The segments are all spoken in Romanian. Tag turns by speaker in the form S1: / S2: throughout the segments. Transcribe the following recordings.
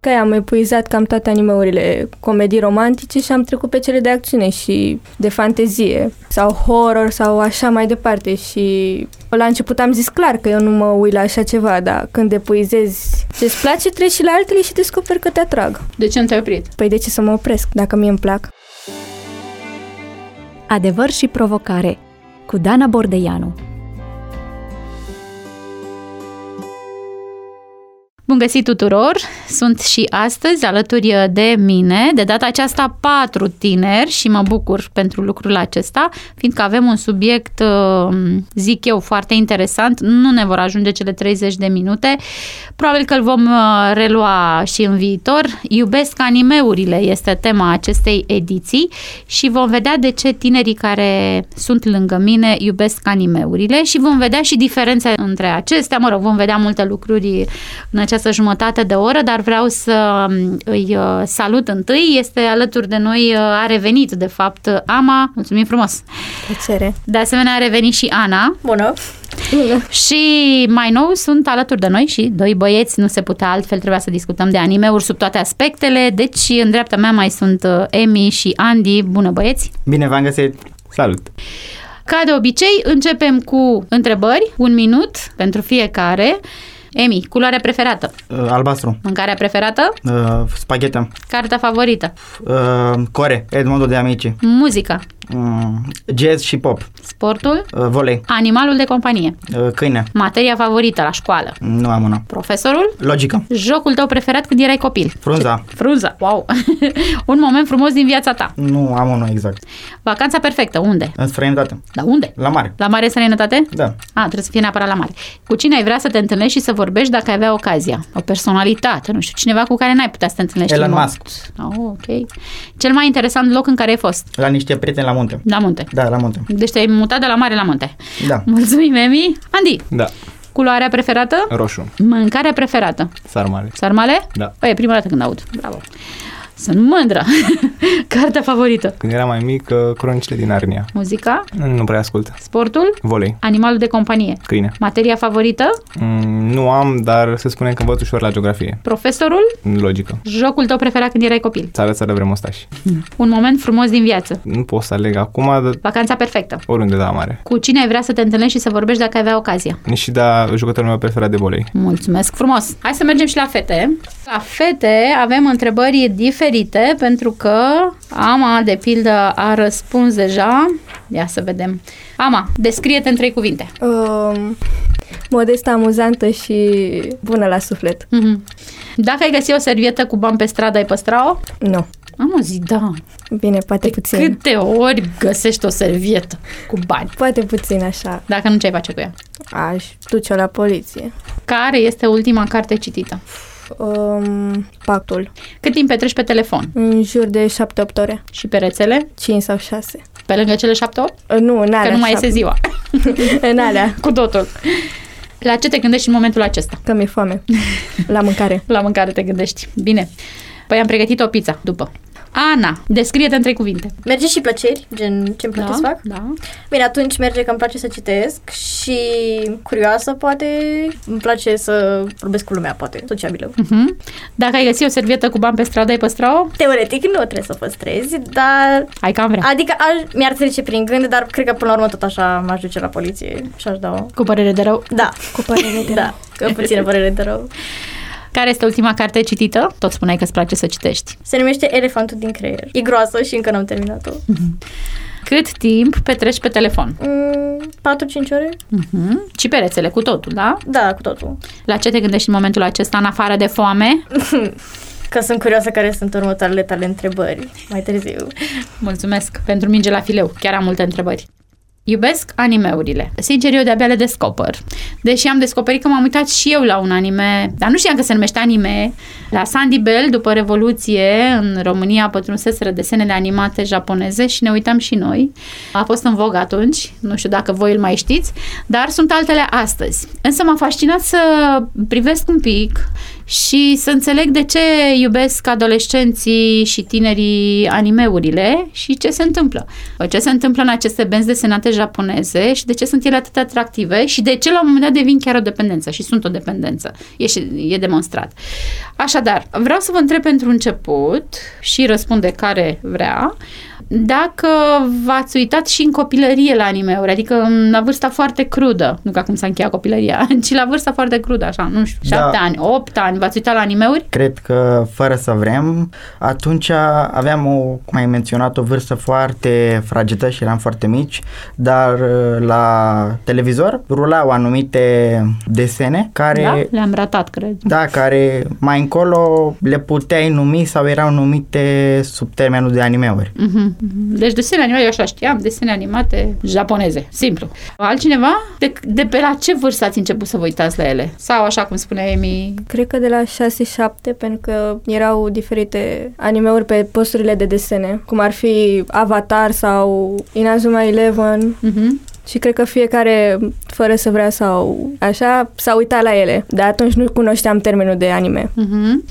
S1: că am epuizat cam toate animeurile comedii romantice și am trecut pe cele de acțiune și de fantezie sau horror sau așa mai departe și la început am zis clar că eu nu mă uit la așa ceva, dar când epuizezi ce-ți place, treci și la altele și descoperi că te atrag.
S2: De ce nu te-ai oprit?
S1: Păi de ce să mă opresc dacă mie îmi plac?
S3: Adevăr și provocare cu Dana Bordeianu
S2: Bun găsit tuturor! Sunt și astăzi alături de mine, de data aceasta patru tineri și mă bucur pentru lucrul acesta, fiindcă avem un subiect, uh, zic eu, foarte interesant. Nu ne vor ajunge cele 30 de minute. Probabil că îl vom uh, relua și în viitor. Iubesc animeurile este tema acestei ediții și vom vedea de ce tinerii care sunt lângă mine iubesc animeurile și vom vedea și diferențe între acestea. Mă rog, vom vedea multe lucruri în această această jumătate de oră, dar vreau să mm, îi uh, salut întâi. Este alături de noi, uh, a revenit, de fapt, Ama. Mulțumim frumos!
S1: Plăcere!
S2: De asemenea, a revenit și Ana.
S4: Bună!
S2: Bună. Și mai nou sunt alături de noi și doi băieți, nu se putea altfel, trebuia să discutăm de animeuri sub toate aspectele, deci în dreapta mea mai sunt uh, Emi și Andy. Bună băieți!
S5: Bine v-am găsit! Uh, Salut!
S2: Ca de obicei, începem cu întrebări, un minut pentru fiecare. Emi, culoarea preferată?
S5: Uh, albastru.
S2: Mâncarea preferată?
S5: Uh, spagheta.
S2: Cartea favorită?
S5: Uh, core, Edmondo de Amici.
S2: Muzica?
S5: Uh, jazz și pop.
S2: Sportul?
S5: Uh, volei.
S2: Animalul de companie?
S5: Uh, câine.
S2: Materia favorită la școală?
S5: Nu am una.
S2: Profesorul?
S5: Logică.
S2: Jocul tău preferat când erai copil?
S5: Frunza.
S2: Ce? Frunza, wow! Un moment frumos din viața ta?
S5: Nu am unul exact.
S2: Vacanța perfectă, unde?
S5: În străinătate.
S2: Da, unde?
S5: La mare.
S2: La mare străinătate?
S5: Da.
S2: A, trebuie să fie neapărat la mare. Cu cine ai vrea să te întâlnești și să vorbești dacă ai avea ocazia? O personalitate, nu știu, cineva cu care n-ai putea să te întâlnești.
S5: Elon în Musk.
S2: Oh, ok. Cel mai interesant loc în care ai fost?
S5: La niște prieteni la munte.
S2: La munte.
S5: Da, la munte.
S2: Deci te-ai mutat de la mare la munte.
S5: Da.
S2: Mulțumim, Emi. Andy.
S6: Da.
S2: Culoarea preferată?
S6: Roșu.
S2: Mâncarea preferată?
S6: Sarmale.
S2: Sarmale?
S6: Da.
S2: Păi, e prima dată când aud. Bravo. Sunt mândră. Cartea favorită.
S6: Când eram mai mic, uh, cronicile din Arnia.
S2: Muzica?
S6: Nu prea ascult.
S2: Sportul?
S6: Volei.
S2: Animalul de companie.
S6: Câine.
S2: Materia favorită?
S6: Mm, nu am, dar se spune că învăț ușor la geografie.
S2: Profesorul?
S6: Logică.
S2: Jocul tău preferat când erai copil?
S6: Țară, țară, vrem ostași.
S2: Un moment frumos din viață.
S6: Nu pot să aleg acum, dar
S2: Vacanța perfectă.
S6: oriunde da mare.
S2: Cu cine ai vrea să te întâlnești și să vorbești dacă ai avea ocazia?
S6: Și da, jucătorul meu preferat de volei.
S2: Mulțumesc frumos! Hai să mergem și la fete. La fete avem întrebări diferite pentru că Ama, de pildă, a răspuns deja. Ia să vedem. Ama, descrie-te în trei cuvinte.
S1: Um, modestă, amuzantă și bună la suflet.
S2: Mhm. Dacă ai găsit o servietă cu bani pe stradă, ai păstra-o?
S1: Nu.
S2: Am o zi, da.
S1: Bine, poate puțin.
S2: Câte ori găsești o servietă cu bani?
S1: Poate puțin așa.
S2: Dacă nu, ce ai face cu ea?
S1: Aș duce-o la poliție.
S2: Care este ultima carte citită?
S1: Um, pactul.
S2: Cât timp petreci pe telefon?
S1: În jur de 7-8 ore.
S2: Și pe rețele?
S1: 5 sau 6.
S2: Pe lângă cele șapte-opt?
S1: Nu, în alea.
S2: Că nu mai
S1: șapte.
S2: este ziua.
S1: În alea,
S2: Cu totul. La ce te gândești în momentul acesta?
S1: că mi-e foame. La mâncare.
S2: La mâncare te gândești. Bine. Păi am pregătit o pizza după. Ana, descrie-te în trei cuvinte.
S4: Merge și plăceri, gen ce-mi place să fac.
S2: da.
S4: Bine, atunci merge că îmi place să citesc și curioasă, poate. Îmi place să vorbesc cu lumea, poate, sociabilă.
S2: Uh-huh. Dacă ai găsit o servietă cu bani pe stradă, ai păstra-o?
S4: Teoretic nu trebuie să o păstrezi, dar...
S2: Ai cam vrea.
S4: Adică aș, mi-ar trece prin gând, dar cred că până la urmă tot așa m-aș duce la poliție și aș da o...
S2: Cu părere de rău.
S4: Da. Cu părere de Da, cu puțină părere de rău.
S2: Care este ultima carte citită? Tot spuneai că îți place să citești.
S4: Se numește Elefantul din creier. E groasă și încă n-am terminat-o.
S2: Cât timp petreci pe telefon?
S4: Mm, 4-5 ore?
S2: Uh-huh. Și pe rețele, cu totul, da?
S4: Da, cu totul.
S2: La ce te gândești în momentul acesta, în afară de foame?
S4: Că sunt curioasă care sunt următoarele tale întrebări mai târziu.
S2: Mulțumesc pentru minge la fileu, chiar am multe întrebări. Iubesc animeurile. Sincer, eu de-abia le descoper. Deși am descoperit că m-am uitat și eu la un anime, dar nu știam că se numește anime. La Sandy Bell, după Revoluție, în România pătrunseseră desenele animate japoneze și ne uitam și noi. A fost în vog atunci, nu știu dacă voi îl mai știți, dar sunt altele astăzi. Însă m-a fascinat să privesc un pic și să înțeleg de ce iubesc adolescenții și tinerii animeurile și ce se întâmplă. Ce se întâmplă în aceste benzi desenate japoneze și de ce sunt ele atât de atractive și de ce la un moment dat devin chiar o dependență și sunt o dependență. E, și, e demonstrat. Așadar, vreau să vă întreb pentru început și răspunde care vrea dacă v-ați uitat și în copilărie la anime-uri, adică în- la vârsta foarte crudă, nu că acum s-a încheiat copilăria, ci la vârsta foarte crudă, așa, nu știu,
S5: Da.
S2: șapte ani, opt ani, v-ați uitat la anime-uri?
S5: Cred că, fără să vrem, atunci aveam, o, cum ai menționat, o vârstă foarte fragedă și eram foarte mici, dar uh, la televizor rulau anumite desene care...
S2: Da? Le-am ratat, cred.
S5: Da, care mai încolo le puteai numi sau erau numite sub termenul de animeuri.
S2: Mhm, mhm. Deci desene animate, eu așa știam, desene animate japoneze, simplu. Altcineva? De, de pe la ce vârstă ați început să vă uitați la ele? Sau așa cum spune Emi,
S1: Cred că de la 6-7, pentru că erau diferite animeuri pe posturile de desene, cum ar fi Avatar sau Inazuma Eleven
S2: Mhm.
S1: și cred că fiecare, fără să vrea sau așa, s-a uitat la ele. Dar atunci nu cunoșteam termenul de anime.
S2: Mhm.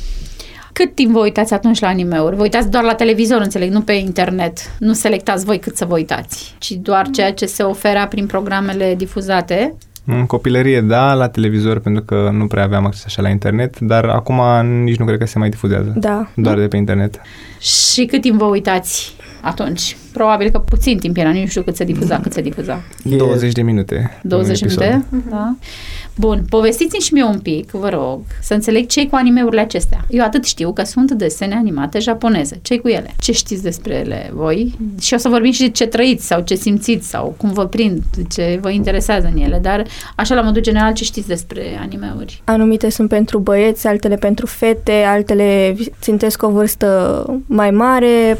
S2: Cât timp vă uitați atunci la anime-uri? Vă uitați doar la televizor, înțeleg, nu pe internet. Nu selectați voi cât să vă uitați, ci doar ceea ce se oferea prin programele difuzate.
S6: În copilărie, da, la televizor, pentru că nu prea aveam acces așa la internet, dar acum nici nu cred că se mai difuzează.
S1: Da.
S6: Doar de pe internet.
S2: Și cât timp vă uitați atunci? Probabil că puțin timp era, nici nu știu cât se difuza, cât se difuza.
S5: E-
S6: 20 de minute.
S2: 20
S6: un
S2: de
S6: episod.
S2: minute? Da. Bun, povestiți-mi și mie un pic, vă rog, să înțeleg ce cu animeurile acestea. Eu atât știu că sunt desene animate japoneze. ce cu ele? Ce știți despre ele voi? Și o să vorbim și de ce trăiți sau ce simțiți sau cum vă prind, ce vă interesează în ele, dar așa la modul general ce știți despre animeuri?
S1: Anumite sunt pentru băieți, altele pentru fete, altele țintesc o vârstă mai mare,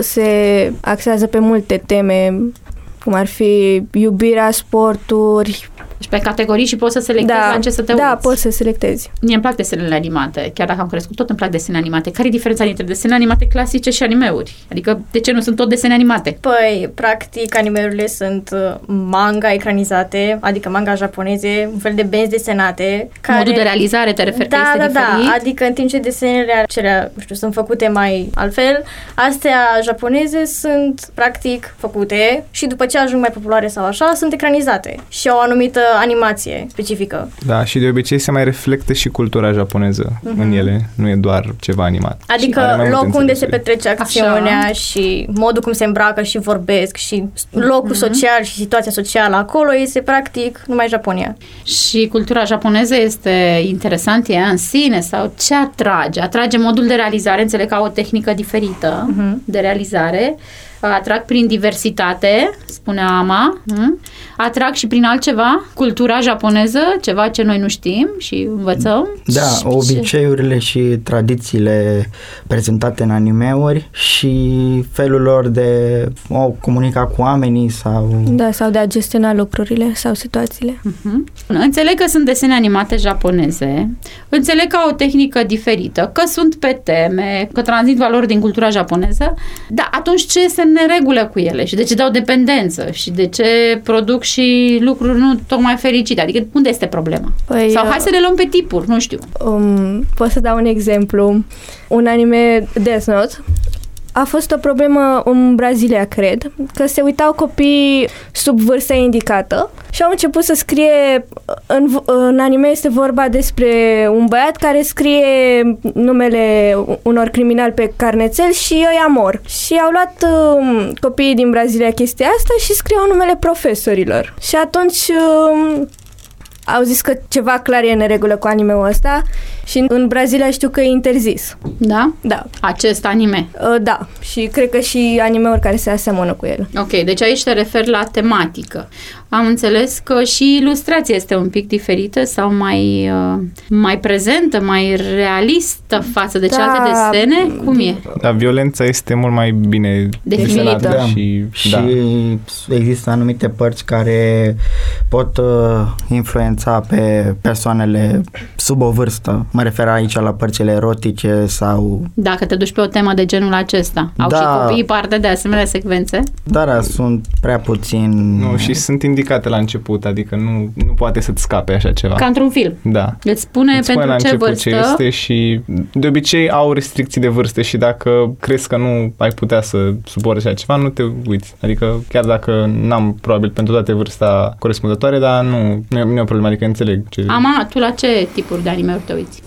S1: se axează pe multe teme, cum ar fi iubirea, sporturi.
S2: Deci pe categorii și poți să selectezi la ce să te
S1: da,
S2: uiți.
S1: poți să selectezi.
S2: Mie îmi plac desenele animate, chiar dacă am crescut, tot îmi plac desene animate. Care e diferența dintre desene animate clasice și animeuri? Adică de ce nu sunt tot desene animate?
S4: Păi, practic, animeurile sunt uh, manga ecranizate, adică manga japoneze, un fel de benzi desenate. Care...
S2: Modul de realizare te referi că
S4: da, da,
S2: este diferit?
S4: da, adică în timp ce desenele acelea, nu știu, sunt făcute mai altfel, astea japoneze sunt practic făcute și după ce ajung mai populare sau așa, sunt ecranizate și au o anumită animație specifică.
S6: Da, și de obicei se mai reflectă și cultura japoneză mm-hmm.
S2: Mhm.
S6: în ele, nu e doar ceva animat. Are
S4: Adică
S6: mai multe
S4: locul unde se
S6: înțelesuri.
S4: petrece acțiunea și modul cum se îmbracă și vorbesc și
S2: Mhm.
S4: locul social și situația socială acolo este practic numai Japonia.
S2: Și cultura japoneză este interesant ea în sine sau ce atrage? Atrage modul de realizare, înțeleg că au o tehnică diferită
S4: Mhm.
S2: de realizare, atrag prin diversitate, spunea Ama, mm? atrag și prin altceva, cultura japoneză, ceva ce noi nu știm și învățăm.
S5: Da, obiceiurile și tradițiile prezentate în animeuri și felul lor de o comunica cu oamenii sau...
S1: Da, sau de a gestiona lucrurile sau situațiile.
S2: Mhm. Înțeleg că sunt desene animate japoneze, înțeleg că au o tehnică diferită, că sunt pe teme, că tranzit valori din cultura japoneză, dar atunci ce este în neregulă cu ele și de ce dau dependență și de ce produc și lucruri nu tocmai fericite? Adică unde este problema?
S1: Păi,
S2: Sau hai
S1: uh,
S2: să le luăm pe tipuri, nu știu.
S1: Um, pot să dau un exemplu. Un anime Death Note a fost o problemă în Brazilia, cred, că se uitau copii sub vârsta indicată și au început să scrie, în, v- în anime este vorba despre un băiat care scrie numele unor criminali pe carnețel și ei mor. Și au luat um, copiii din Brazilia chestia asta și scriau numele profesorilor. Și atunci um, au zis că ceva clar e în regulă cu anime-ul ăsta și în Brazilia știu că e interzis.
S2: Da?
S1: Da.
S2: Acest anime.
S1: Uh, Da, și cred că și anime-uri care se asemănă cu el.
S2: Ok, deci aici te referi la tematică. Am înțeles că și ilustrația este un pic diferită sau mai, uh, mai prezentă, mai realistă față de
S1: Da.
S2: celelalte desene. Cum e?
S6: Da, violența este mult mai bine
S2: Definită.
S6: desenată
S5: Da.
S6: și,
S5: Și
S6: da.
S5: există anumite părți care pot uh, influența pe persoanele sub o vârstă mai mă refer aici la părțile erotice sau...
S2: Dacă te duci pe o temă de genul acesta. Au și
S5: Da.
S2: copiii parte de asemenea secvențe?
S5: Dar da, sunt prea puțin...
S6: Nu, și sunt indicate la început, adică nu, nu poate să-ți scape așa ceva.
S2: Ca într-un film.
S6: Da.
S2: Îți spune
S6: Îți spune
S2: pentru
S6: la
S2: ce
S6: început
S2: vârstă.
S6: ce este și de obicei au restricții de vârstă și dacă crezi că nu ai putea să supori așa ceva, nu te uiți. Adică chiar dacă n-am probabil pentru toate vârsta corespunzătoare, dar nu, nu e, nu e o problemă, adică înțeleg ce...
S2: Ama, tu la ce tipuri de anime-uri te uiți?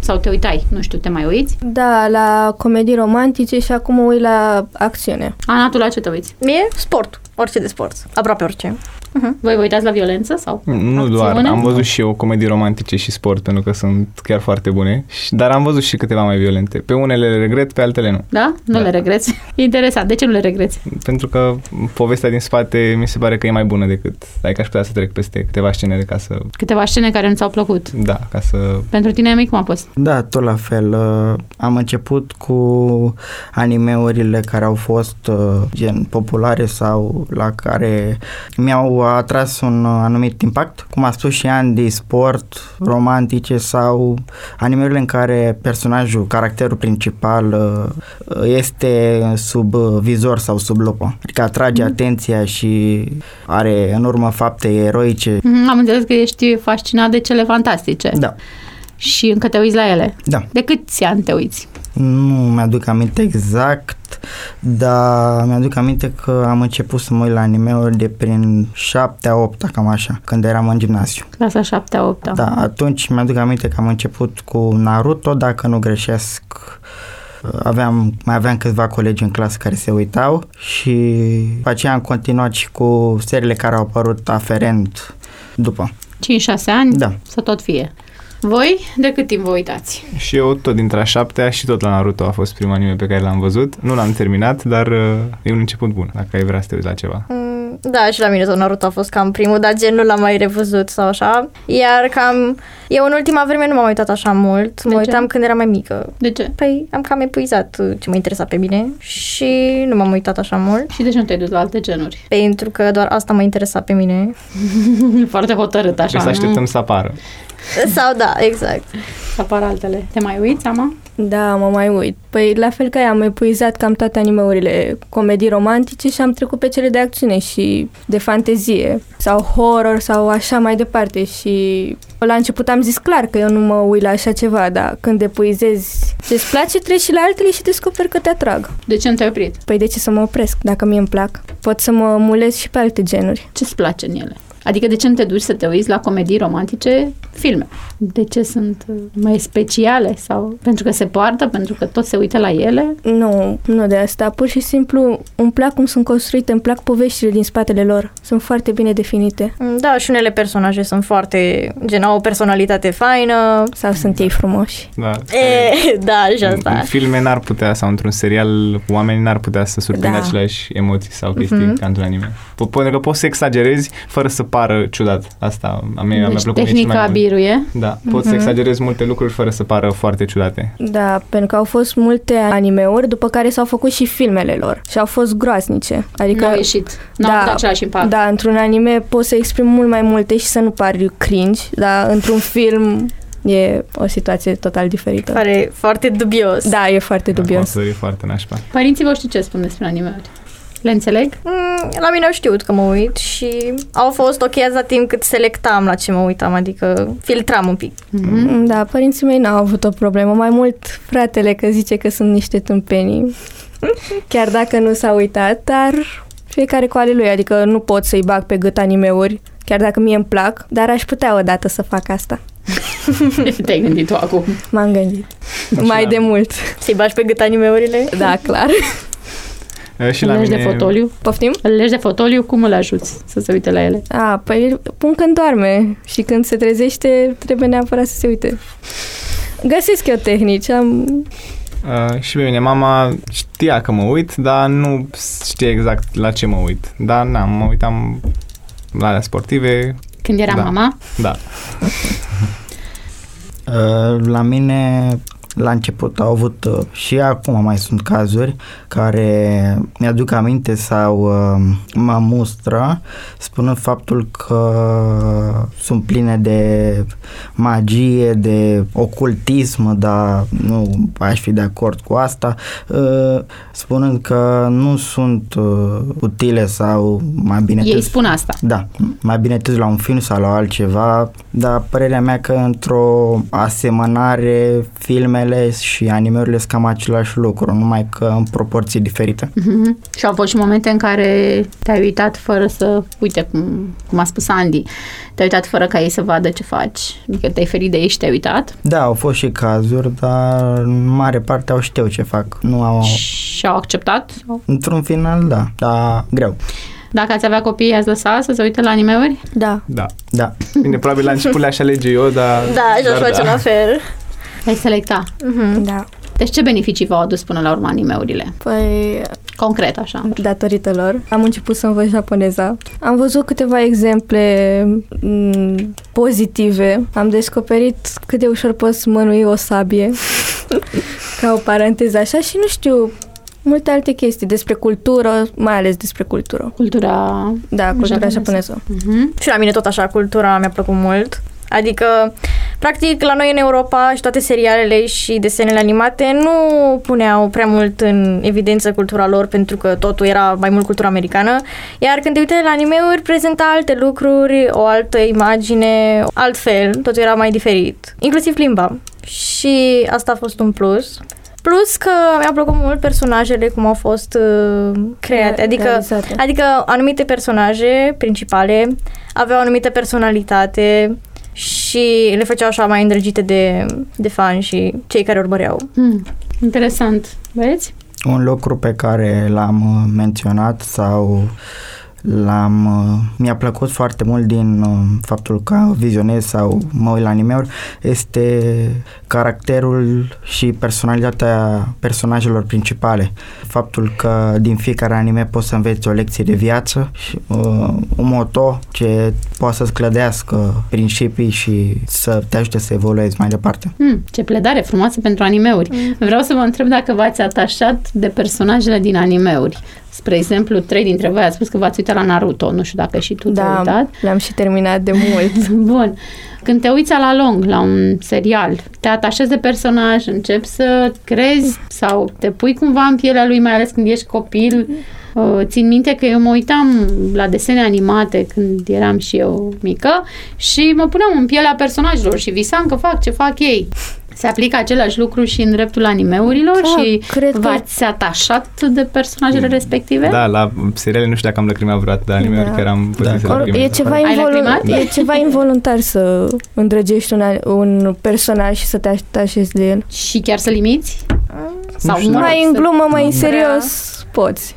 S2: Sau te uitai? Nu știu, te mai uiți?
S1: Da, la comedii romantice și acum mă uit la acțiune.
S2: Ana, tu la ce te uiți?
S4: Mie, sport. Orice de sport. Aproape orice.
S2: Voi vă uitați la violență sau?
S6: Nu doar,
S2: Acțiune? Da.
S6: am văzut și eu comedii romantice și sport pentru că sunt chiar foarte bune, și- dar am văzut și câteva mai violente. Pe unele le regret, pe altele nu.
S2: Da? Nu
S6: Da.
S2: le regreți? Interesant. De ce nu le regreți?
S6: Pentru că povestea din spate mi se pare că e mai bună decât, adică aș putea să trec peste câteva scenele ca să,
S2: Câteva scene care nu ți-au plăcut.
S6: da, ca să
S2: Pentru tine, mic, cum a fost?
S5: Da, tot la fel. Uh, Am început cu animeurile care au fost uh, gen populare sau la care mi-au atras un uh, anumit impact, cum a spus și Andy, sport, romantice sau animeurile în care personajul, caracterul principal uh, este sub uh, vizor sau sub lupă. Adică atrage atenția și are în urmă fapte eroice.
S2: Mhm, Am înțeles că ești fascinat de cele fantastice
S5: Da,
S2: și încă te uiți la ele.
S5: da.
S2: De câți ani te uiți?
S5: Nu mi-aduc aminte exact, dar mi-aduc aminte că am început să mă uit la anime-uri de prin 7-8, cam așa, când eram în gimnaziu.
S2: Clasa 7-a, 8-a.
S5: Da, atunci mi-aduc aminte că am început cu Naruto, dacă nu greșesc. Aveam, mai aveam câțiva colegi în clasă care se uitau și după aceea am continuat și cu seriile care au apărut aferent după.
S2: 5-6 ani?
S5: Da.
S2: Să tot fie. Voi, de cât timp vă uitați?
S6: Și eu tot dintre a șaptea și tot la Naruto a fost primul anime pe care l-am văzut. Nu l-am terminat, dar uh, e un început bun, dacă ai vrea să te uiți la ceva.
S4: Mm, Da, și la mine tot Naruto a fost cam primul, dar gen nu l-am mai revăzut sau așa. Iar cam... Eu în ultima vreme nu m-am uitat așa mult.
S2: De
S4: mă
S2: ce?
S4: uitam când eram mai mică.
S2: De ce?
S4: Păi am cam epuizat uh, ce mă interesa pe mine și nu m-am uitat așa mult.
S2: Și de ce nu te-ai dus la alte genuri?
S4: Pentru că doar asta mă interesa pe mine.
S2: Foarte hotărât, așa.
S6: Așa,
S5: Păi
S6: să
S2: nu?
S6: așteptăm să apară.
S4: Sau da, exact.
S2: Să apară altele. Te mai uiți, Ama?
S1: Da, mă mai uit. Păi la fel ca ea, am epuizat cam toate animeurile comedii romantice și am trecut pe cele de acțiune și de fantezie sau horror sau așa mai departe și la început am zis clar că eu nu mă uit la așa ceva, dar când epuizezi ce-ți place, treci și la altele și descoperi că te atrag.
S2: De ce nu te-ai oprit?
S1: Păi de ce să mă opresc dacă mie îmi plac? Pot să mă mulez și pe alte genuri.
S2: Ce-ți place în ele? Adică de ce nu te duci să te uiți la comedii romantice, filme? De ce sunt uh, mai speciale? sau Pentru că se poartă, pentru că tot se uită la ele?
S1: Nu, nu de asta. Pur și simplu îmi plac cum sunt construite, îmi plac poveștile din spatele lor. Sunt foarte bine definite.
S4: Mm, Da, și unele personaje sunt foarte... Gen, au o personalitate faină.
S1: Sau sunt ei frumoși.
S6: Da.
S4: E, da, și
S6: În, în
S4: asta.
S6: filme n-ar putea, sau într-un serial, oamenii n-ar putea să surprindă
S1: Da.
S6: aceleași emoții sau chestii ca într-un anime. Po- Pentru că poți să exagerezi fără să pară ciudat. Asta a mea mi-a
S2: deci
S6: plăcut mie cel
S2: tehnica
S6: mai mult.
S2: biruie.
S6: Da, poți să exagerezi multe lucruri fără să pară foarte ciudate.
S1: Da, pentru că au fost multe animeuri, după care s-au făcut și filmele lor și au fost groaznice. Adică
S2: Adică n-au ieșit. N-au avut același impact.
S1: Da, într-un anime poți să exprimi mult mai multe și să nu pari cringe, dar într-un film e o situație total diferită.
S4: Pare foarte dubios.
S1: Da, e foarte
S6: O
S1: dubios.
S6: să e foarte nașpa.
S2: Părinții voștri ce spun despre anime-uri? Le înțeleg?
S4: Mm, La mine au știut că mă uit și au fost ok atâta timp cât selectam la ce mă uitam, adică filtram un pic.
S2: Mm-hmm.
S1: Da, părinții mei n-au avut o problemă. Mai mult fratele că zice că sunt niște tâmpenii. Chiar dacă nu s-a uitat, dar fiecare cu ale lui. Adică nu pot să-i bag pe gât animeuri, chiar dacă mie îmi plac, dar aș putea odată să fac asta.
S2: Te-ai gândit tu acum.
S1: M-am gândit. Mai
S6: la-
S1: de mult.
S4: Să-i bagi pe gât animeurile?
S1: Da, clar.
S6: E, Uh, Și
S2: Îl
S6: la
S2: legi
S6: mine...
S2: de fotoliu.
S1: Poftim?
S2: Îl legi de fotoliu, cum îl ajuți să se uite la ele?
S1: A, păi pun când doarme și când se trezește trebuie neapărat să se uite. Găsesc eu tehnici, am...
S6: Uh, și pe mine mama știa că mă uit, dar nu știe exact la ce mă uit. Dar na, mă uitam la alea sportive,
S2: Când era
S6: Da.
S2: mama,
S6: da.
S5: Uh, La mine la început au avut uh, și acum mai sunt cazuri care mi-aduc aminte sau uh, mă mustră spunând faptul că sunt pline de magie, de ocultism, dar nu aș fi de acord cu asta, uh, spunând că nu sunt uh, utile sau mai bine
S2: Ei
S5: zis,
S2: spun asta.
S5: da, mai bine te duci la un film sau la altceva, dar părerea mea că într-o asemănare filmele și animeurile sunt cam același lucru, numai că în proporții diferite.
S2: Mm-hmm. Și au fost și momente în care te-ai uitat fără să, uite cum, cum a spus Andy, te-ai uitat fără ca ei să vadă ce faci. Adică te-ai ferit de ei și te-ai uitat
S5: Da, au fost și cazuri, dar în mare parte au știu ce fac. Nu au...
S6: Oh.
S2: și au acceptat.
S5: Într-un final, da, dar greu.
S2: Dacă ați avea copii, i-ați lăsa să se uite la animeuri?
S1: Da.
S6: Da.
S5: Da,
S6: Bine, probabil la început le-aș alege eu, dar...
S4: Da, și aș
S6: dar
S4: face la fel.
S2: Ai selecta.
S1: Da.
S2: Deci ce beneficii v-au adus până la urmă animeurile?
S1: Păi,
S2: Concret, așa.
S1: datorită lor, am început să învăț japoneza. Am văzut câteva exemple m, pozitive. Am descoperit cât de ușor poți mănui o sabie, ca o paranteză așa, și nu știu, multe alte chestii despre cultură, mai ales despre cultură.
S2: Cultura...
S1: Da, cultura
S2: Japoneză.
S1: japoneză. japoneză.
S2: Mhm.
S4: Și la mine tot așa, cultura mi-a plăcut mult. Adică, practic, la noi în Europa și toate serialele și desenele animate nu puneau prea mult în evidență cultura lor pentru că totul era mai mult cultura americană. Iar când te uiteai la animeuri, prezenta alte lucruri, o altă imagine, altfel, totul era mai diferit. Inclusiv limba. Și asta a fost un plus. Plus că mi-a plăcut mult personajele cum au fost uh, create, adică
S1: Realizate.
S4: Adică anumite personaje principale aveau anumită personalitate și le făceau așa mai îndrăgite de, de fan și cei care urmăreau.
S2: Hmm. Interesant. Vezi?
S5: un lucru pe care l-am uh, menționat sau l-am, uh, mi-a plăcut foarte mult din uh, faptul că vizionez sau mă uit la animeuri este caracterul și personalitatea personajelor principale. Faptul că din fiecare anime poți să înveți o lecție de viață și uh, un moto ce poate să-ți clădească principii și să te ajute să evoluezi mai departe.
S2: Hmm. Ce pledare frumoasă pentru animeuri. Vreau să vă întreb dacă v-ați atașat de personajele din animeuri. Spre exemplu, trei dintre voi ați spus că v-ați uitat la Naruto. Nu știu dacă și tu te-ai
S1: Da,
S2: uitat.
S1: l-am și terminat de mult.
S2: Bun. Când te uiți la long, la un serial, te atașezi de personaj, începi să crezi sau te pui cumva în pielea lui, mai ales când ești copil. Uh, Țin minte că eu mă uitam la desene animate când eram și eu mică și mă puneam în pielea personajelor și visam că fac ce fac ei. Se aplică același lucru și în dreptul animeurilor
S1: Da,
S2: și
S1: cred că-
S2: v-ați atașat de personajele respective?
S6: Da, la seriale nu știu dacă am lacrimat vreodată, dar animeuri
S1: Da.
S6: chiar am putut
S5: Da,
S6: să
S5: cor-
S1: Or,
S6: lacrimez.
S1: e, ceva
S2: Ai
S1: involu-
S2: lacrimat?
S1: e ceva involuntar să îndrăgești un, un personaj și să te atașezi de el.
S2: Și chiar să limiți? Sau
S5: știu.
S2: mă rog,
S1: mai în
S2: să-
S1: glumă, mai în
S4: Prea.
S1: serios, poți.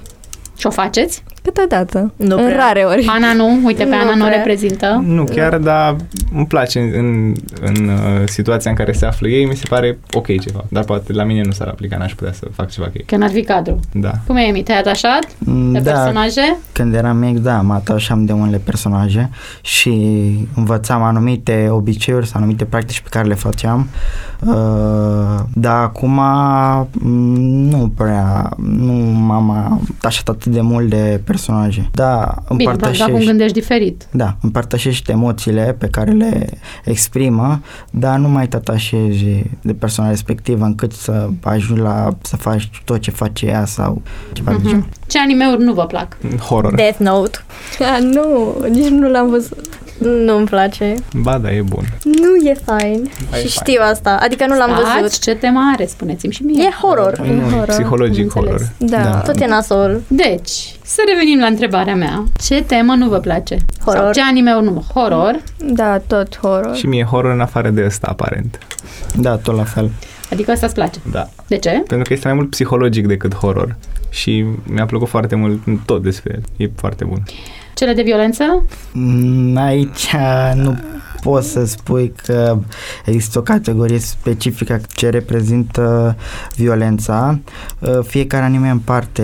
S2: Și o faceți?
S1: Câteodată.
S4: Nu
S1: în
S4: prea.
S1: rare ori.
S2: Ana nu, uite pe
S4: Nu
S2: Ana nu
S4: prea.
S2: reprezintă.
S6: Nu chiar, dar îmi place în, în, în uh, situația în care se află ei, mi se pare ok ceva. Dar poate la mine nu s-ar aplica, n-aș putea să fac ceva cu ei.
S2: Că n-ar fi cadru.
S6: Da.
S2: Cum e, Emi? Te-ai atașat
S5: Mm,
S2: de
S5: da.
S2: personaje?
S5: Când eram mic, da, mă atașam de unele personaje și învățam anumite obiceiuri sau anumite practici pe care le făceam. Uh, dar acum mm, nu prea, nu m-am atașat atât de mult de personaje. Da,
S2: Bine, probabil acum
S5: împărtășești.
S2: gândești diferit.
S5: Da, împărtășești emoțiile pe care le exprimă, dar nu mai te atașezi de persoana respectivă încât să ajungi la să faci tot ce face ea sau ceva
S2: Mhm.
S5: de genul.
S2: Ce animeuri nu vă plac?
S6: Horror.
S4: Death Note.
S1: A, nu, nici nu l-am văzut.
S4: Nu-mi place.
S6: Ba, da, e bun.
S4: Nu e fain.
S6: Ai fain.
S4: și știu asta. Adică nu l-am
S2: Stați,
S4: văzut.
S2: ce temă are? Spuneți-mi și mie.
S4: E horror.
S6: Păi Nu, e
S1: horror.
S6: psihologic
S2: Am înțeles.
S6: horror.
S1: Da.
S5: Da.
S4: Tot e nasol.
S2: Deci, să revenim la întrebarea mea. Ce temă nu vă place?
S4: Horror.
S2: Sau ce animeuri nu? Horror.
S1: Da, tot horror.
S6: Și mie horror în afară de ăsta, aparent.
S5: Da, tot la fel.
S2: Adică asta îți place.
S6: Da.
S2: De ce?
S6: Pentru că este mai mult psihologic decât horror. Și mi-a plăcut foarte mult tot despre el. E foarte bun.
S2: Cele de violență?
S5: Mm, Aici nu pot să spui că există o categorie specifică ce reprezintă violența. Uh, Fiecare anime în parte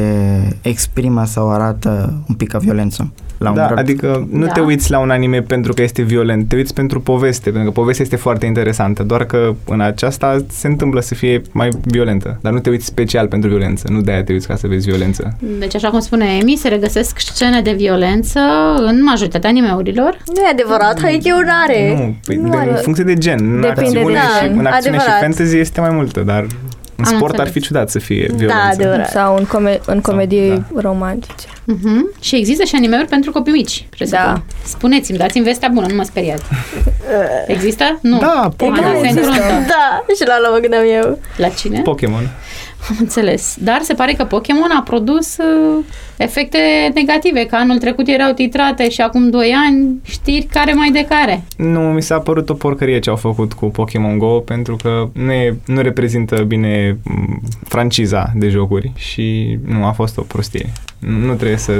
S5: exprimă sau arată un pic ca violență. la un
S6: da,
S5: rap.
S6: adică nu
S2: Da.
S6: te uiți la un anime pentru că este violent, te uiți pentru poveste, pentru că povestea este foarte interesantă, doar că în aceasta se întâmplă să fie mai violentă, dar nu te uiți special pentru violență, nu de-aia te uiți ca să vezi violență.
S2: Deci, așa cum spune Emi, se regăsesc scene de violență în majoritatea animeurilor.
S4: Nu e adevărat, Haikyuu nu are.
S6: Nu, păi,
S4: Nu
S6: de,
S4: are-
S6: în funcție de gen, în
S1: Depinde
S6: acțiune,
S1: de
S6: și,
S1: gen,
S6: în acțiune și
S4: adevărat.
S6: fantasy este mai multă, dar în
S2: Am
S6: sport ar fi
S2: înțeles.
S6: ciudat să fie violență.
S4: Da, adevărat.
S1: Sau în, come- în comedii
S6: da.
S1: romantice.
S2: Uh-huh. Și există și animeuri pentru copii mici, presupun.
S1: Da.
S2: Spuneți-mi, dați-mi vestea bună, nu mă speriați. Există? Nu.
S6: Da,
S2: Ana
S6: Pokémon.
S2: se îngruntă.
S4: Da, și la la mă gândeam eu.
S2: La cine?
S6: Pokémon.
S2: Am înțeles. Dar se pare că Pokémon a produs uh, efecte negative, că anul trecut erau titrate și acum 2 ani știri care mai de care.
S6: Nu, mi s-a părut o porcărie ce au făcut cu Pokémon Go pentru că nu, e, nu reprezintă bine m, franciza de jocuri și nu a fost o prostie. Nu, nu trebuie să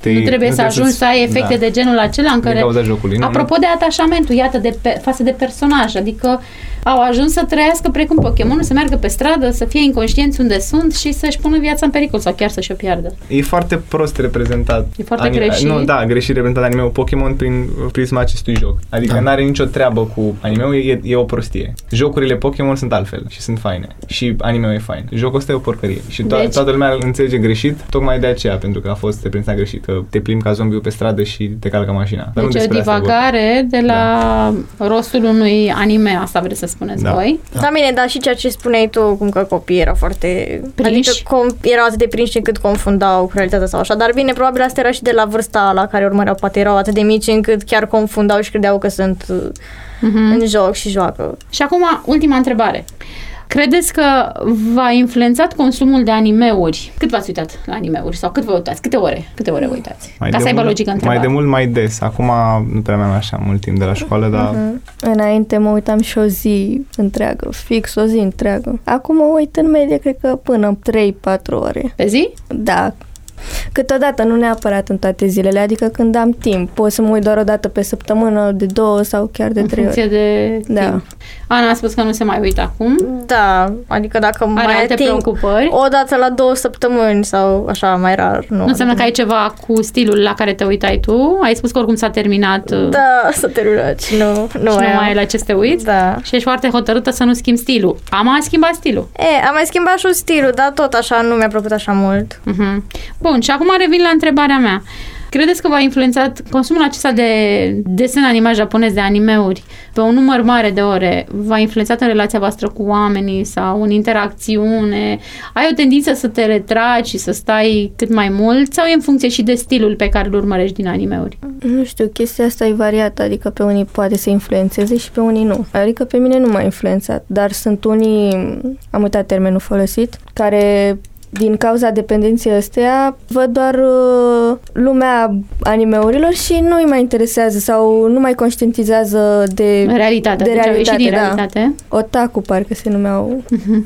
S6: te,
S2: nu trebuie să ajungi să ai efecte de genul acela în
S6: da. Din
S2: care...
S6: cauza jocului, nu,
S2: Apropo de atașamentul, iată, de pe, față de personaj, adică au ajuns să trăiască precum Pokémonul, să meargă pe stradă, să fie inconștienți unde sunt și să-și pună viața în pericol sau chiar să-și o piardă.
S6: E foarte prost reprezentat.
S2: E foarte greșit.
S6: Nu, da, greșit reprezentat animeul Pokémon prin prisma acestui joc. Adică da. n-are nicio treabă cu animeul, e, e o prostie. Jocurile Pokémon sunt altfel și sunt faine. Și animeul e fain. Jocul ăsta e o porcărie. Și to-
S2: Deci-
S6: toată lumea îl înțelege greșit, tocmai de aceea, pentru că a fost reprezentat greșit, că te plimbi ca zombiu pe stradă și te calcă mașina. Dar nu
S2: deci e o
S6: despre asta e vorba.
S2: divagare de la rostul unui anime, asta vreți să spuneți
S6: Da.
S2: voi.
S4: Da. da, bine, dar și ceea ce spuneai tu, cum că copiii erau foarte...
S2: Prinși.
S4: Adică com, erau atât de prinși încât confundau cu realitatea sau așa. Dar bine, probabil asta era și de la vârsta la care urmăreau. Poate erau atât de mici încât chiar confundau și credeau că sunt
S2: Mhm.
S4: mm-hmm. în joc și joacă.
S2: Și acum, ultima întrebare. Credeți că v-a influențat consumul de animeuri? Cât v-ați uitat la animeuri sau cât vă uitați? Câte ore? Câte ore vă uitați? Ca
S6: de
S2: să aibă
S6: mult-
S2: logică
S6: Mai
S2: întrebarea.
S6: de mult, mai des. Acum nu prea mai am așa mult timp de la școală, dar
S2: Mhm.
S1: Înainte mă uitam și o zi întreagă, fix o zi întreagă. Acum mă uit în medie, cred că până 3-4 ore.
S2: Pe zi?
S1: Da, câteodată, nu neapărat în toate zilele, adică când am timp. Pot să mă uit doar o dată pe săptămână, de două sau chiar de
S2: În
S1: trei ori.
S2: funcție de
S1: Da.
S2: timp. Ana a spus că nu se mai uită acum.
S4: Da, adică dacă
S2: Are
S4: mai
S2: alte
S4: ating
S2: preocupări.
S4: o dată la două săptămâni sau așa, mai rar. Nu,
S2: Nu înseamnă că ai ceva cu stilul la care te uitai tu. Ai spus că oricum s-a terminat uh,
S4: Da, să te rugați. Nu, nu,
S2: și nu
S4: am.
S2: mai ai la ce să te uiți.
S4: Da.
S2: Și ești foarte hotărâtă să nu schimbi stilul. Am a schimbat stilul.
S4: E, am mai schimbat și stilul, dar tot așa nu mi-a plăcut așa mult.
S2: Mhm. Bun, și acum revin la întrebarea mea. Credeți că v-a influențat consumul acesta de desen animat japonez, de animeuri, pe un număr mare de ore? V-a influențat în relația voastră cu oamenii sau în interacțiune? Ai o tendință să te retragi și să stai cât mai mult sau e în funcție și de stilul pe care îl urmărești din animeuri?
S1: Nu știu, chestia asta e variată, adică pe unii poate să influențeze și pe unii nu. Adică pe mine nu m-a influențat, dar sunt unii, am uitat termenul folosit, care din cauza dependenței astea văd doar uh, lumea animeurilor și nu îi mai interesează sau nu mai conștientizează de
S2: Realitatea.
S1: de
S2: deci au ieșit
S1: realitate,
S2: din
S1: da.
S2: realitate.
S1: otaku, parcă se numeau.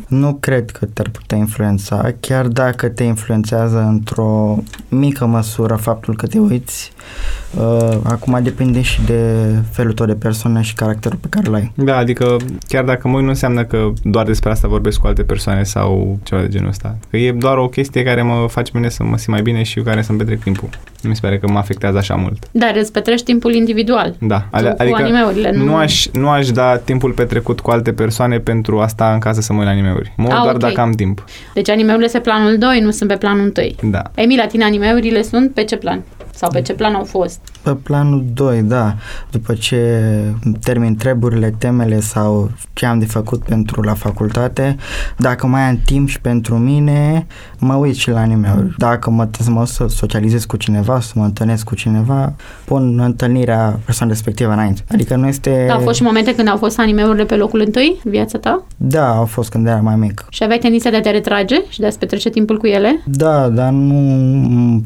S5: Nu cred că te-ar putea influența, chiar dacă te influențează într-o mică măsură faptul că te uiți. Uh, acum depinde și de felul tău de persoană și caracterul pe care l ai.
S6: Da, adică chiar dacă mă uit, nu înseamnă că doar despre asta vorbesc cu alte persoane sau ceva de genul ăsta. Că e doar o chestie care mă face pe mine să mă simt mai bine și cu care să-mi petrec timpul. Nu mi se pare că mă afectează așa mult.
S2: Dar îți petrești timpul individual.
S6: Da,
S2: cu animeurile, nu-
S6: nu, aș, nu aș da timpul petrecut cu alte persoane pentru a sta în casă să mă uit la animeuri. Mă uit
S2: Ah,
S6: doar
S2: ok.
S6: dacă am timp.
S2: Deci animeurile sunt pe planul 2, nu sunt pe planul 1.
S6: Da.
S2: Emil, la tine animeurile sunt pe ce plan? Sau pe ce plan au fost?
S5: Pe planul 2, da, după ce termin treburile, temele sau ce am de făcut pentru la facultate, dacă mai am timp și pentru mine, mă uit și la
S2: Mm.
S5: anime Dacă mă, să mă să socializez cu cineva, să mă întâlnesc cu cineva, pun întâlnirea persoanei respectivă înainte. Adică nu este...
S2: Dar Da, au fost și momente când au fost animeurile pe locul întâi în viața ta?
S5: Da, au fost când eram mai mic.
S2: Și aveai tendința de a te retrage și de a-ți petrece timpul cu ele?
S5: Da, dar nu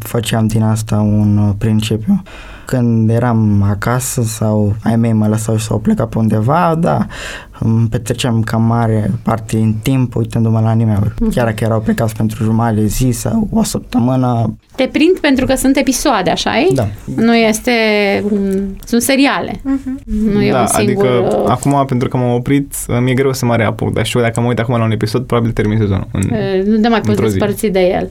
S5: făceam din asta un uh, principiu. Când eram acasă sau ai mei mă lăsau și s-au plecat pe undeva, da, îmi petreceam cam mare parte din timp uitându-mă la anime Chiar dacă erau plecați pentru jumătate de zi sau o săptămână,
S2: Te prind pentru că sunt episoade, așa e?
S5: da.
S2: Nu este... un- Sunt seriale. Uh-huh. Nu e
S6: da,
S2: un singur...
S6: adică
S2: uh,
S6: acum, pentru că m-am oprit, mi-e greu să mă
S2: Eh.
S6: reapuc, dar știu că dacă mă uit acum la un episod, probabil termin sezonul. În...
S2: uh, Nu te mai poți
S6: într-o zi.
S2: despărți de el.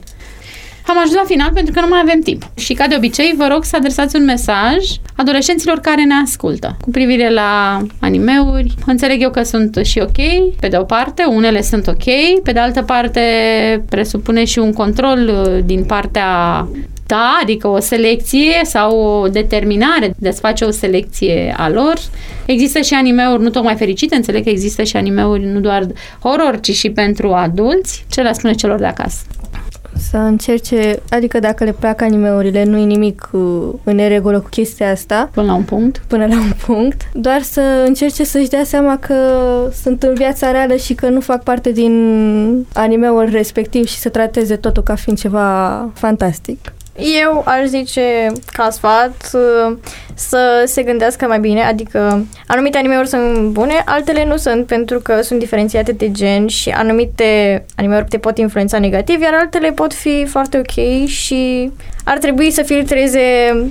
S2: Am ajuns la final pentru că nu mai avem timp. Și ca de obicei, vă rog să adresați un mesaj adolescenților care ne ascultă cu privire la animeuri. Înțeleg eu că sunt și ok, pe de o parte, unele sunt ok, pe de altă parte presupune și un control uh, din partea da, adică o selecție sau o determinare de a-ți face o selecție a lor. Există și animeuri nu tocmai fericite, înțeleg că există și animeuri nu doar horror, ci și pentru adulți. Ce le spune celor de acasă?
S1: Să încerce, adică dacă le plac animeurile, nu e nimic uh, în neregulă cu chestia asta
S2: Până la un punct.
S1: până la un punct, doar să încerce să-și dea seama că sunt în viața reală și că nu fac parte din animeul respectiv și să trateze totul ca fiind ceva fantastic.
S4: Eu aș zice ca sfat uh, să se gândească mai bine, adică anumite animeuri sunt bune, altele nu sunt pentru că sunt diferențiate de gen și anumite animeuri te pot influența negativ, iar altele pot fi foarte ok și ar trebui să filtreze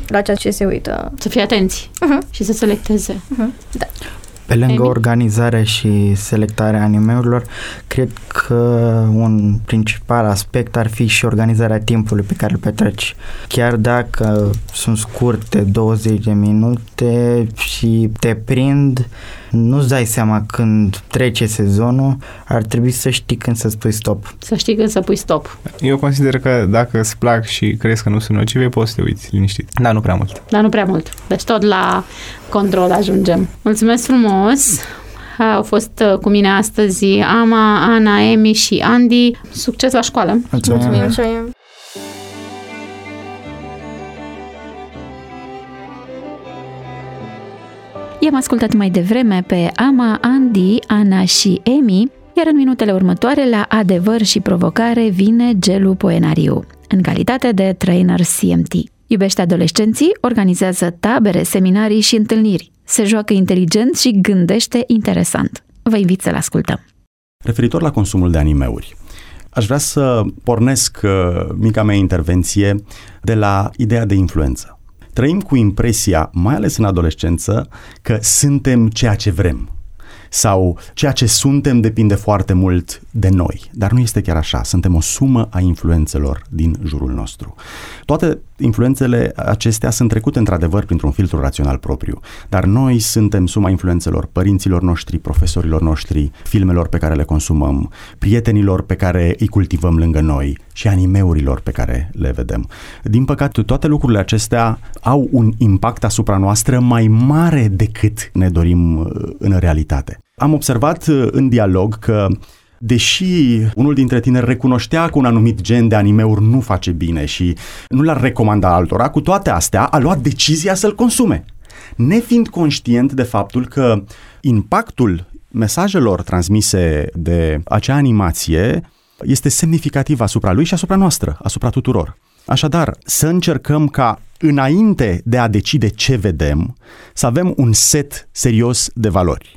S4: la ceea ce se uită.
S2: Să fie atenți
S4: Uh-huh.
S2: și să selecteze.
S5: Pe lângă
S2: Emi?
S5: organizare și selectarea animeurilor, cred că un principal aspect ar fi și organizarea timpului pe care îl petreci. Chiar dacă sunt scurte 20 de minute și te prind, nu-ți dai seama când trece sezonul, ar trebui să știi când să spui stop.
S2: Să știi când să pui stop.
S6: Eu consider că dacă îți plac și crezi că nu sunt nocive, poți să te uiți liniștit. Dar nu prea mult.
S2: Dar nu prea mult. Deci tot la control ajungem. Mulțumesc frumos! Au fost uh, cu mine astăzi Ama, Ana, Emi și Andy. Succes la școală!
S4: Mulțumim, mulțumim.
S3: I-am ascultat mai devreme pe Ama, Andy, Ana și Emi, iar în minutele următoare la Adevăr și Provocare vine Gelu Poenariu, în calitate de trainer CMT. Iubește adolescenții, organizează tabere, seminarii și întâlniri. Se joacă inteligent și gândește interesant. Vă invit să-l ascultăm.
S7: Referitor la consumul de animeuri, aș vrea să pornesc uh, mica mea intervenție de la ideea de influență. Trăim cu impresia, mai ales în adolescență, că suntem ceea ce vrem sau ceea ce suntem depinde foarte mult de noi. Dar nu este chiar așa. Suntem o sumă a influențelor din jurul nostru. Toate influențele acestea sunt trecute într-adevăr printr-un filtru rațional propriu, dar noi suntem suma influențelor părinților noștri, profesorilor noștri, filmelor pe care le consumăm, prietenilor pe care îi cultivăm lângă noi și animeurilor pe care le vedem. Din păcate, toate lucrurile acestea au un impact asupra noastră mai mare decât ne dorim uh, în realitate. Am observat uh, în dialog că Deși unul dintre tineri recunoștea că un anumit gen de animeuri nu face bine și nu l-ar recomanda altora, cu toate astea a luat decizia să-l consume. Nefiind conștient de faptul că impactul mesajelor transmise de acea animație este semnificativ asupra lui și asupra noastră, asupra tuturor. Așadar, să încercăm ca înainte de a decide ce vedem, să avem un set serios de valori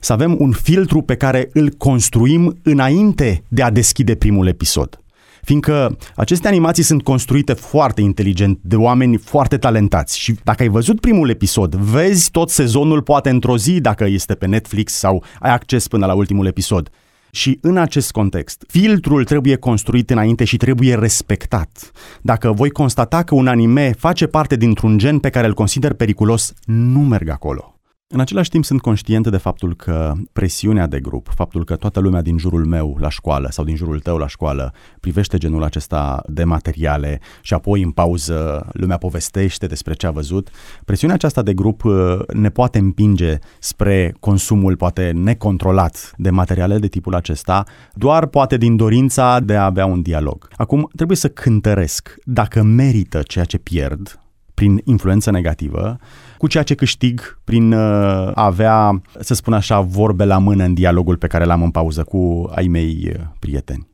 S7: să avem un filtru pe care îl construim înainte de a deschide primul episod. Fiindcă aceste animații sunt construite foarte inteligent de oameni foarte talentați și dacă ai văzut primul episod, vezi tot sezonul poate într-o zi dacă este pe Netflix sau ai acces până la ultimul episod. Și în acest context, filtrul trebuie construit înainte și trebuie respectat. Dacă voi constata că un anime face parte dintr-un gen pe care îl consider periculos, nu merg acolo. În același timp sunt conștient de faptul că presiunea de grup, faptul că toată lumea din jurul meu la școală sau din jurul tău la școală privește genul acesta de materiale și apoi în pauză lumea povestește despre ce a văzut, presiunea aceasta de grup uh, ne poate împinge spre consumul poate necontrolat de materiale de tipul acesta, doar poate din dorința de a avea un dialog. Acum trebuie să cântăresc dacă merită ceea ce pierd prin influență negativă, cu ceea ce câștig prin uh, a avea, să spun așa, vorbe la mână în dialogul pe care l-am în pauză cu ai mei uh, prieteni.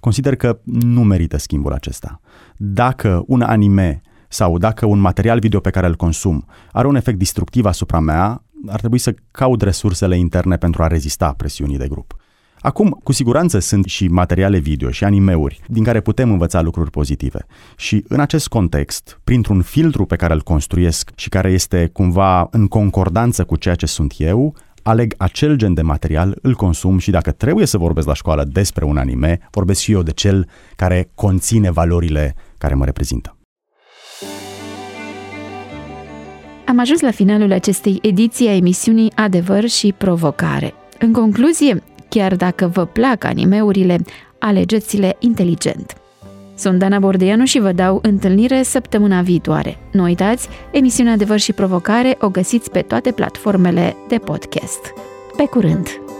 S7: Consider că nu merită schimbul acesta. Dacă un anime sau dacă un material video pe care îl consum are un efect destructiv asupra mea, ar trebui să caut resursele interne pentru a rezista presiunii de grup. Acum, cu siguranță sunt și materiale video și animeuri din care putem învăța lucruri pozitive. Și în acest context, printr-un filtru pe care îl construiesc și care este cumva în concordanță cu ceea ce sunt eu, aleg acel gen de material, îl consum și dacă trebuie să vorbesc la școală despre un anime, vorbesc și eu de cel care conține valorile care mă reprezintă.
S3: Am ajuns la finalul acestei ediții a emisiunii Adevăr și Provocare. În concluzie, chiar dacă vă plac animeurile, alegeți-le inteligent. Sunt Dana Bordeanu și vă dau întâlnire săptămâna viitoare. Nu uitați, emisiunea Adevăr și Provocare o găsiți pe toate platformele de podcast. Pe curând!